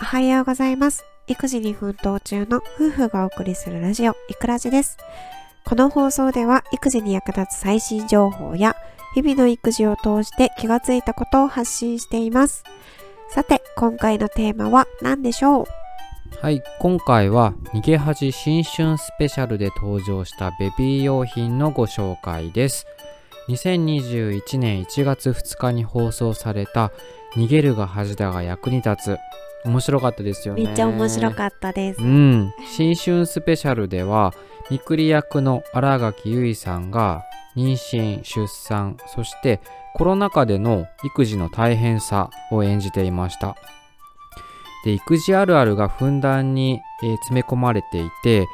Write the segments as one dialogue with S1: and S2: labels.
S1: おはようございます。育児に奮闘中の夫婦がお送りするラジオ、いくらじです。この放送では育児に役立つ最新情報や日々の育児を通して気がついたことを発信しています。さて、今回のテーマは何でしょう
S2: はい、今回は逃げ恥新春スペシャルで登場したベビー用品のご紹介です。2021年1月2日に放送された逃げるが恥だが役に立つ面白かったですよね
S1: めっちゃ面白かったです
S2: うん新春スペシャルではみくり役の新垣結衣さんが妊娠出産そしてコロナ禍での育児の大変さを演じていましたで育児あるあるがふんだんに、えー、詰め込まれていて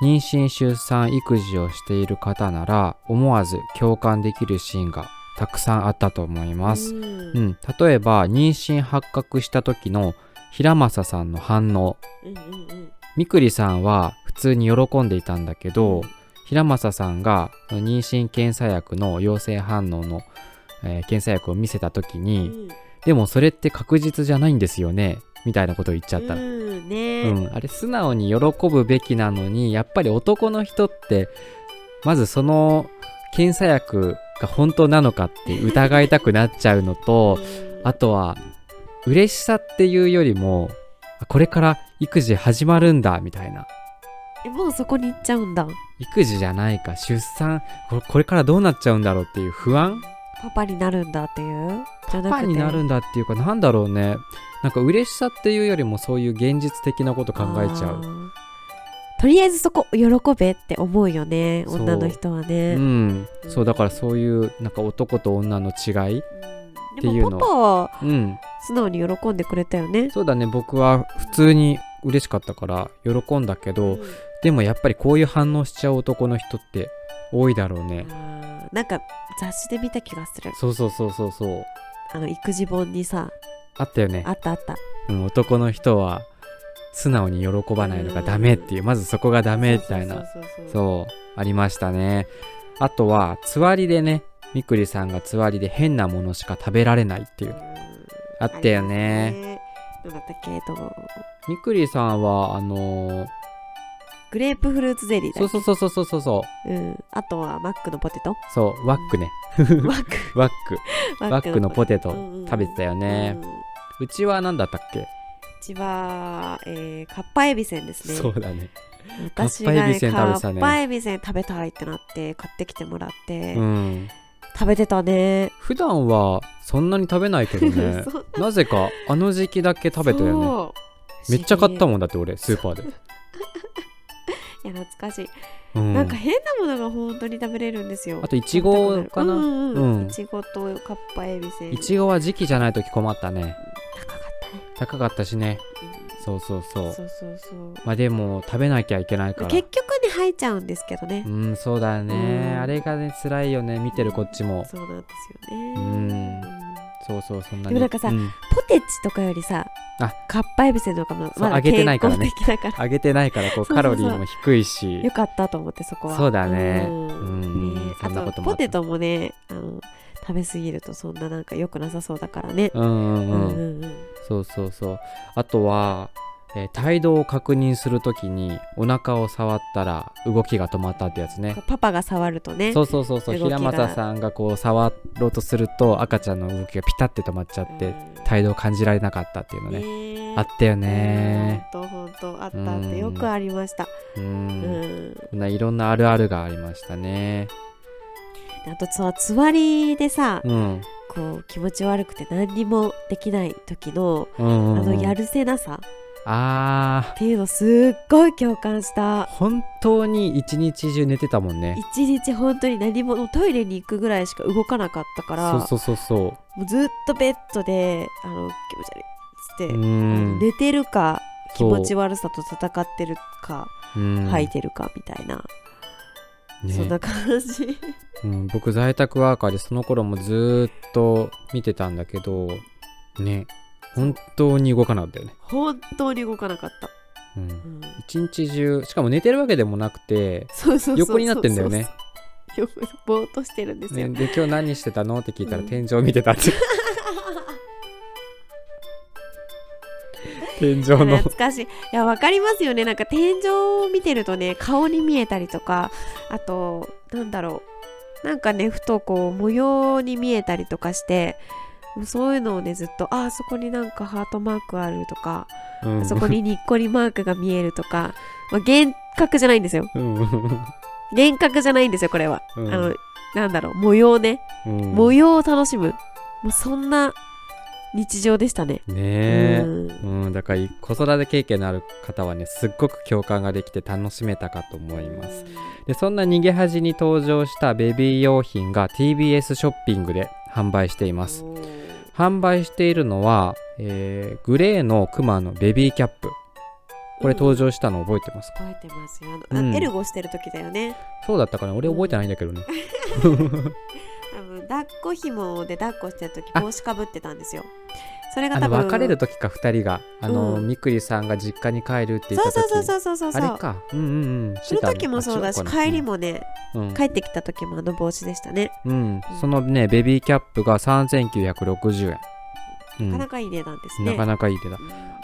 S2: 妊娠出産育児をしている方なら思わず共感できるシーンがたくさんあったと思います、うん、うん、例えば妊娠発覚した時の平正さんの反応、うんうんうん、みくりさんは普通に喜んでいたんだけど、うん、平正さんが妊娠検査薬の陽性反応の、えー、検査薬を見せた時に、うん、でもそれって確実じゃないんですよねみたいなことを言っちゃったの、
S1: うんね、
S2: うん、あれ素直に喜ぶべきなのにやっぱり男の人ってまずその検査薬が本当なのかって疑いたくなっちゃうのと、あとは嬉しさっていうよりもこれから育児始まるんだみたいな
S1: えもうそこに行っちゃうんだ
S2: 育児じゃないか出産これからどうなっちゃうんだろうっていう不安
S1: パパになるんだっていう
S2: パパになるんだっていうかなんだろうねなんか嬉しさっていうよりもそういう現実的なこと考えちゃう
S1: とりあえずそこ喜べって思うよね女の人はね
S2: うん、うん、そうだからそういうなんか男と女の違い、っていうの
S1: パパは素直に喜んでくれたよね、うん、
S2: そうだね僕は普通に嬉しかったから喜んだけど、うん、でもやっぱりこういう反応しちゃう男の人って多いだろうね
S1: なんか雑誌で見た気がする
S2: そうそうそうそうそう
S1: あの育児本にさ
S2: あったよね
S1: あったあった、
S2: うん、男の人は素直に喜ばないのがダメっていうまずそこがダメみたいなそうありましたねあとはつわりでねみくりさんがつわりで変なものしか食べられないっていうあったよね
S1: どうだったっけと
S2: みくりさんはあのー、
S1: グレープフルーツゼリーだ、
S2: そうそうそうそうそうそう
S1: うん、あとはマックのポ テト
S2: そうワックね
S1: ワック
S2: ワックワックのポテト食べてたよね、うんうん、うちは何だったっけう
S1: ちは、えー、かっぱえびせんですね
S2: そうだね
S1: 私が、ね、かっぱえびせん食べたいってなって買ってきてもらって、うん、食べてたね
S2: 普段はそんなに食べないけど ねなぜかあの時期だけ食べたよねめっちゃ買ったもんだって俺スーパーで
S1: いや懐かしい、うん、なんか変なものが本当に食べれるんですよ
S2: あといちごかな、
S1: うんうん、いちごとかっぱえびせん
S2: いちごは時期じゃない時困ったね、
S1: 高かったね
S2: 高かったしね、そうそうそう
S1: そうそうそう
S2: まあでも食べなきゃいけないから
S1: 結局ね入っちゃうんですけどね
S2: うんそうだね、あれがね辛いよね見てるこっちも、
S1: そうなんです
S2: よねうんそうそうそんな、
S1: ね、でもなんかさ、うん、ポテチとかよりさあかっぱえびせんとかもまだ
S2: 健康
S1: 的だから
S2: 揚げてないからこうカロリーも低いし
S1: よかったと思ってそこは、
S2: そうだねうん
S1: ね、あとポテトもねあの食べ過ぎるとそんななんか良くなさそうだからね
S2: うんうんうん、うんうんそうそうそうあとは、えー、態度を確認するときにお腹を触ったら動きが止まったってやつね
S1: パパが触るとね
S2: そうそうそうそう平正さんがこう触ろうとすると赤ちゃんの動きがピタって止まっちゃって態度を感じられなかったっていうのね、えー、あったよね
S1: ほんとほんとあったってよくありました
S2: うんうんいろんなあるあるがありましたね
S1: あとそのつわりでさ、うん、こう気持ち悪くて何にもできない時の、うん、あのやるせなさ
S2: あ
S1: っていうのすっごい共感した
S2: 本当に一日中寝てたもんね
S1: 一日本当に何もトイレに行くぐらいしか動かなかったから
S2: そうそうそうそう
S1: もうずっとベッドであの気持ち悪いっつって寝てるか気持ち悪さと戦ってるか吐いてるかみたいな、ね、そんな感じ
S2: うん、僕在宅ワーカーでその頃もずっと見てたんだけどね本当に動かなかったよね
S1: 本当に動かなかった
S2: うん、うん、一日中しかも寝てるわけでもなくて横になってんだよね
S1: ぼーっとしてるんですよ、
S2: ね、で今日何して たのって聞いたら、うん、天井見てたって天井の
S1: 懐かしい。いや、わかりますよね。なんか天井を見てるとね、顔に見えたりとか、あと、なんだろう。なんかね、ふとこう、模様に見えたりとかして、もうそういうのをね、ずっと、ああ、そこになんかハートマークあるとか、
S2: うん
S1: そこににっこりマークが見えるとか、まあ、幻覚じゃないんですよ。
S2: うん
S1: 幻覚じゃないんですよ、これは。
S2: うん
S1: あの、なんだろう、模様ね。
S2: うん
S1: 模様を楽しむ。もうそんな日常でしたね。
S2: ねえ
S1: うん
S2: うん、だから子育て経験のある方はねすっごく共感ができて楽しめたかと思いますでそんな逃げ恥に登場したベビー用品が TBS ショッピングで販売しています
S1: おー
S2: 販売しているのは、えーグレーのクマのベビーキャップこれ登場したの覚えてますか、
S1: 覚えてますよ。あの、
S2: うん
S1: あエルゴしてる時だよね。
S2: そうだったかな俺覚えてないんだけどね、
S1: 多分抱っこ紐で抱っこしてる時帽子かぶってたんですよ。それが
S2: あ
S1: 多
S2: の
S1: 分
S2: 別れる時か2人があの、
S1: うん
S2: みくりさんが実家に帰るって言っ
S1: そう
S2: た時
S1: そうそうそうそうそう。
S2: あれかうんうんうん
S1: そ
S2: して
S1: の
S2: たね
S1: 時もそうだし
S2: あ違かな
S1: 帰りもね
S2: うん
S1: 帰ってきた時もあの帽子でしたね。
S2: うん、そのねベビーキャップが3960円、うん
S1: なかなかいい値段ですね。
S2: なかなかいい手だ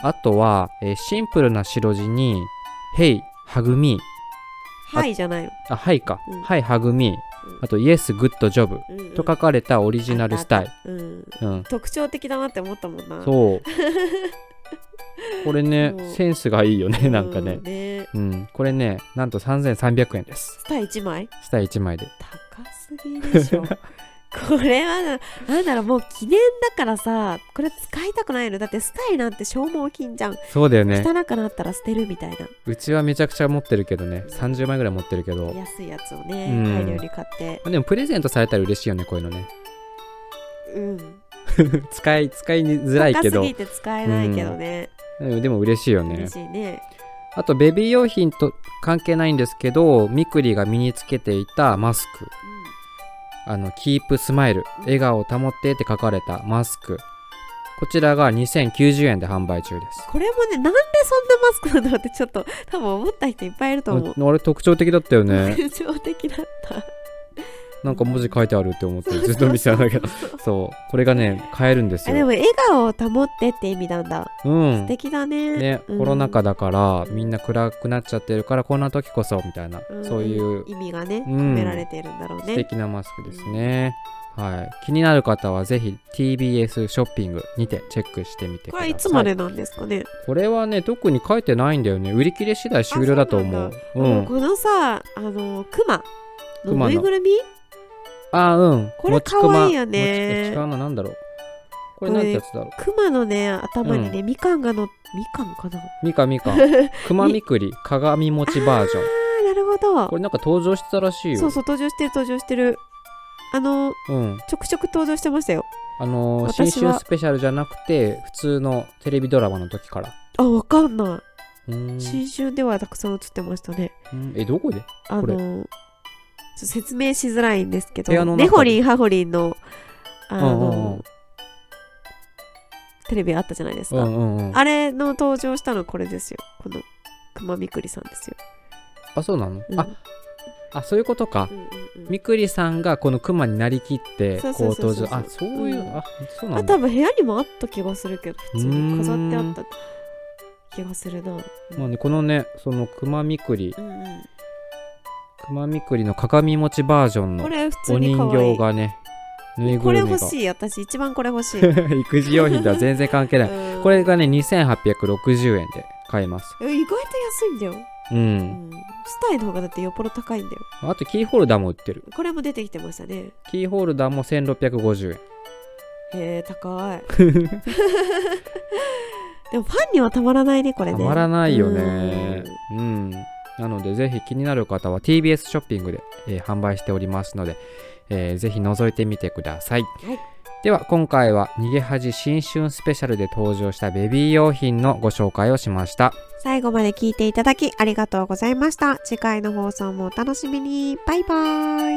S2: あとは、えーシンプルな白地に「Hey ハグミー
S1: はいじゃないの。」
S2: あ「Hey か
S1: うん
S2: Hi ハグミー」あと「Yes グッドジョブ
S1: うんうん」
S2: と書かれたオリジナルスタイ。
S1: ル。うん。
S2: ル、うん、
S1: 特徴的だなって思ったもんな。う
S2: そうこれね
S1: そう
S2: センスがいいよね なんかね、
S1: ね。
S2: うん、これねなんと3300円です
S1: スター一枚
S2: スタイ1枚で
S1: 高すぎで しょこれはななんだろうもう記念だからさこれ使いたくないのだってスタイなんて消耗品じゃん、
S2: そうだよね
S1: 汚くなったら捨てるみたいな
S2: うちはめちゃくちゃ持ってるけどね30枚ぐらい持ってるけど
S1: 安いやつをね
S2: うん
S1: 大量に買って
S2: でもプレゼントされたら嬉しいよねこういうのね
S1: うん
S2: 使い使いづらいけ
S1: 高す
S2: ど
S1: ぎて使えないけどね、
S2: うんでも嬉しいよね
S1: 嬉しいね
S2: あとベビー用品と関係ないんですけどみくりが身につけていたマスクあのキープスマイル笑顔を保ってって書かれたマスクこちらが2090円で販売中です
S1: これもねなんでそんなマスクなんだろうってちょっと多分思った人いっぱいいると思う
S2: あれ特徴的だったよ ね
S1: 特徴的だった
S2: なんか文字書いてあるって思ってずっと見てたんだけどそうこれがね買えるんです
S1: あで
S2: よ
S1: も笑顔を保ってって意味なんだ、
S2: うん
S1: 素敵だね
S2: ね、
S1: うん
S2: コロナ禍だからみんな暗くなっちゃってるからこんな時こそみたいな、
S1: ん
S2: そういう
S1: 意味がね
S2: うん
S1: 込められているんだろう
S2: 素
S1: ね、
S2: 敵なマスクですね、はい、気になる方はぜひ TBS ショッピングにてチェックしてみてく
S1: こ
S2: だ
S1: れは
S2: さ
S1: いいつまでなんですかね、
S2: これはね特に書いてないんだよね売り切れ次第終了だと思うう
S1: あの
S2: ん
S1: このさあのクマの
S2: 熊の
S1: ぬいぐるみ
S2: あうん
S1: これ
S2: もちくま
S1: 可愛いよね
S2: もちえ違うななんだろうこれなんてやつだろう
S1: クマのね頭にね、みかんがのみかんかな
S2: みかみ か熊みくり鏡餅バージョン
S1: あーなるほど
S2: これなんか登場してたらしいよ
S1: そうそう登場してる登場してるあの
S2: うん
S1: ちょくちょく登場してましたよ
S2: あのー
S1: 私は
S2: 新春スペシャルじゃなくて普通のテレビドラマの時から
S1: あわかんな
S2: うーん
S1: い新春ではたくさん映ってましたね
S2: うんえどこで
S1: あの
S2: これ
S1: ちょっと説明しづらいんですけ
S2: 部屋
S1: ど
S2: の中で
S1: ねほりんはほりんのあ
S2: うんうんう
S1: の
S2: ん
S1: テレビあったじゃないです
S2: う
S1: か、
S2: んうんうんあ
S1: あれの登場したのこれですよこの熊みくりさんですよ、
S2: そうなの、
S1: うん
S2: ああそういうことか
S1: うんうんうん
S2: みくりさんがこのクマになりきって
S1: そう
S2: こ
S1: そううそうそ
S2: 登
S1: う
S2: 場あそういう、
S1: うん
S2: あそうな
S1: あ
S2: んだ
S1: 多分部屋にもあった気がするけど普通に飾ってあった気がするな
S2: まあねこのねそのクマみくり
S1: うんうん
S2: クマみくりの鏡餅バージョンの
S1: これ普
S2: お
S1: 通に
S2: 人
S1: 可愛い
S2: 形がねぬいぐ
S1: これ
S2: るみが
S1: 欲しい私一番これ欲しい、
S2: 育児用品とは全然関係ない
S1: うん
S2: これがね2860円で買えます
S1: え意外と安いんだよ、
S2: う
S1: うんん、スタイの方がだってよっぽど高いんだよ
S2: あとキーホルダーも売ってる
S1: これも出てきてましたね
S2: キーホルダーも1650円
S1: へえ高い でもファンにはたまらないねこれ
S2: た
S1: ね
S2: まらないよねうんなのでぜひ気になる方は TBS ショッピングで、えー販売しておりますので、えーぜひ覗いてみてください、
S1: はい
S2: では今回は「逃げ恥新春スペシャル」で登場したベビー用品のご紹介をしました
S1: 最後まで聞いていただきありがとうございました。次回の放送もお楽しみに。バイバイ。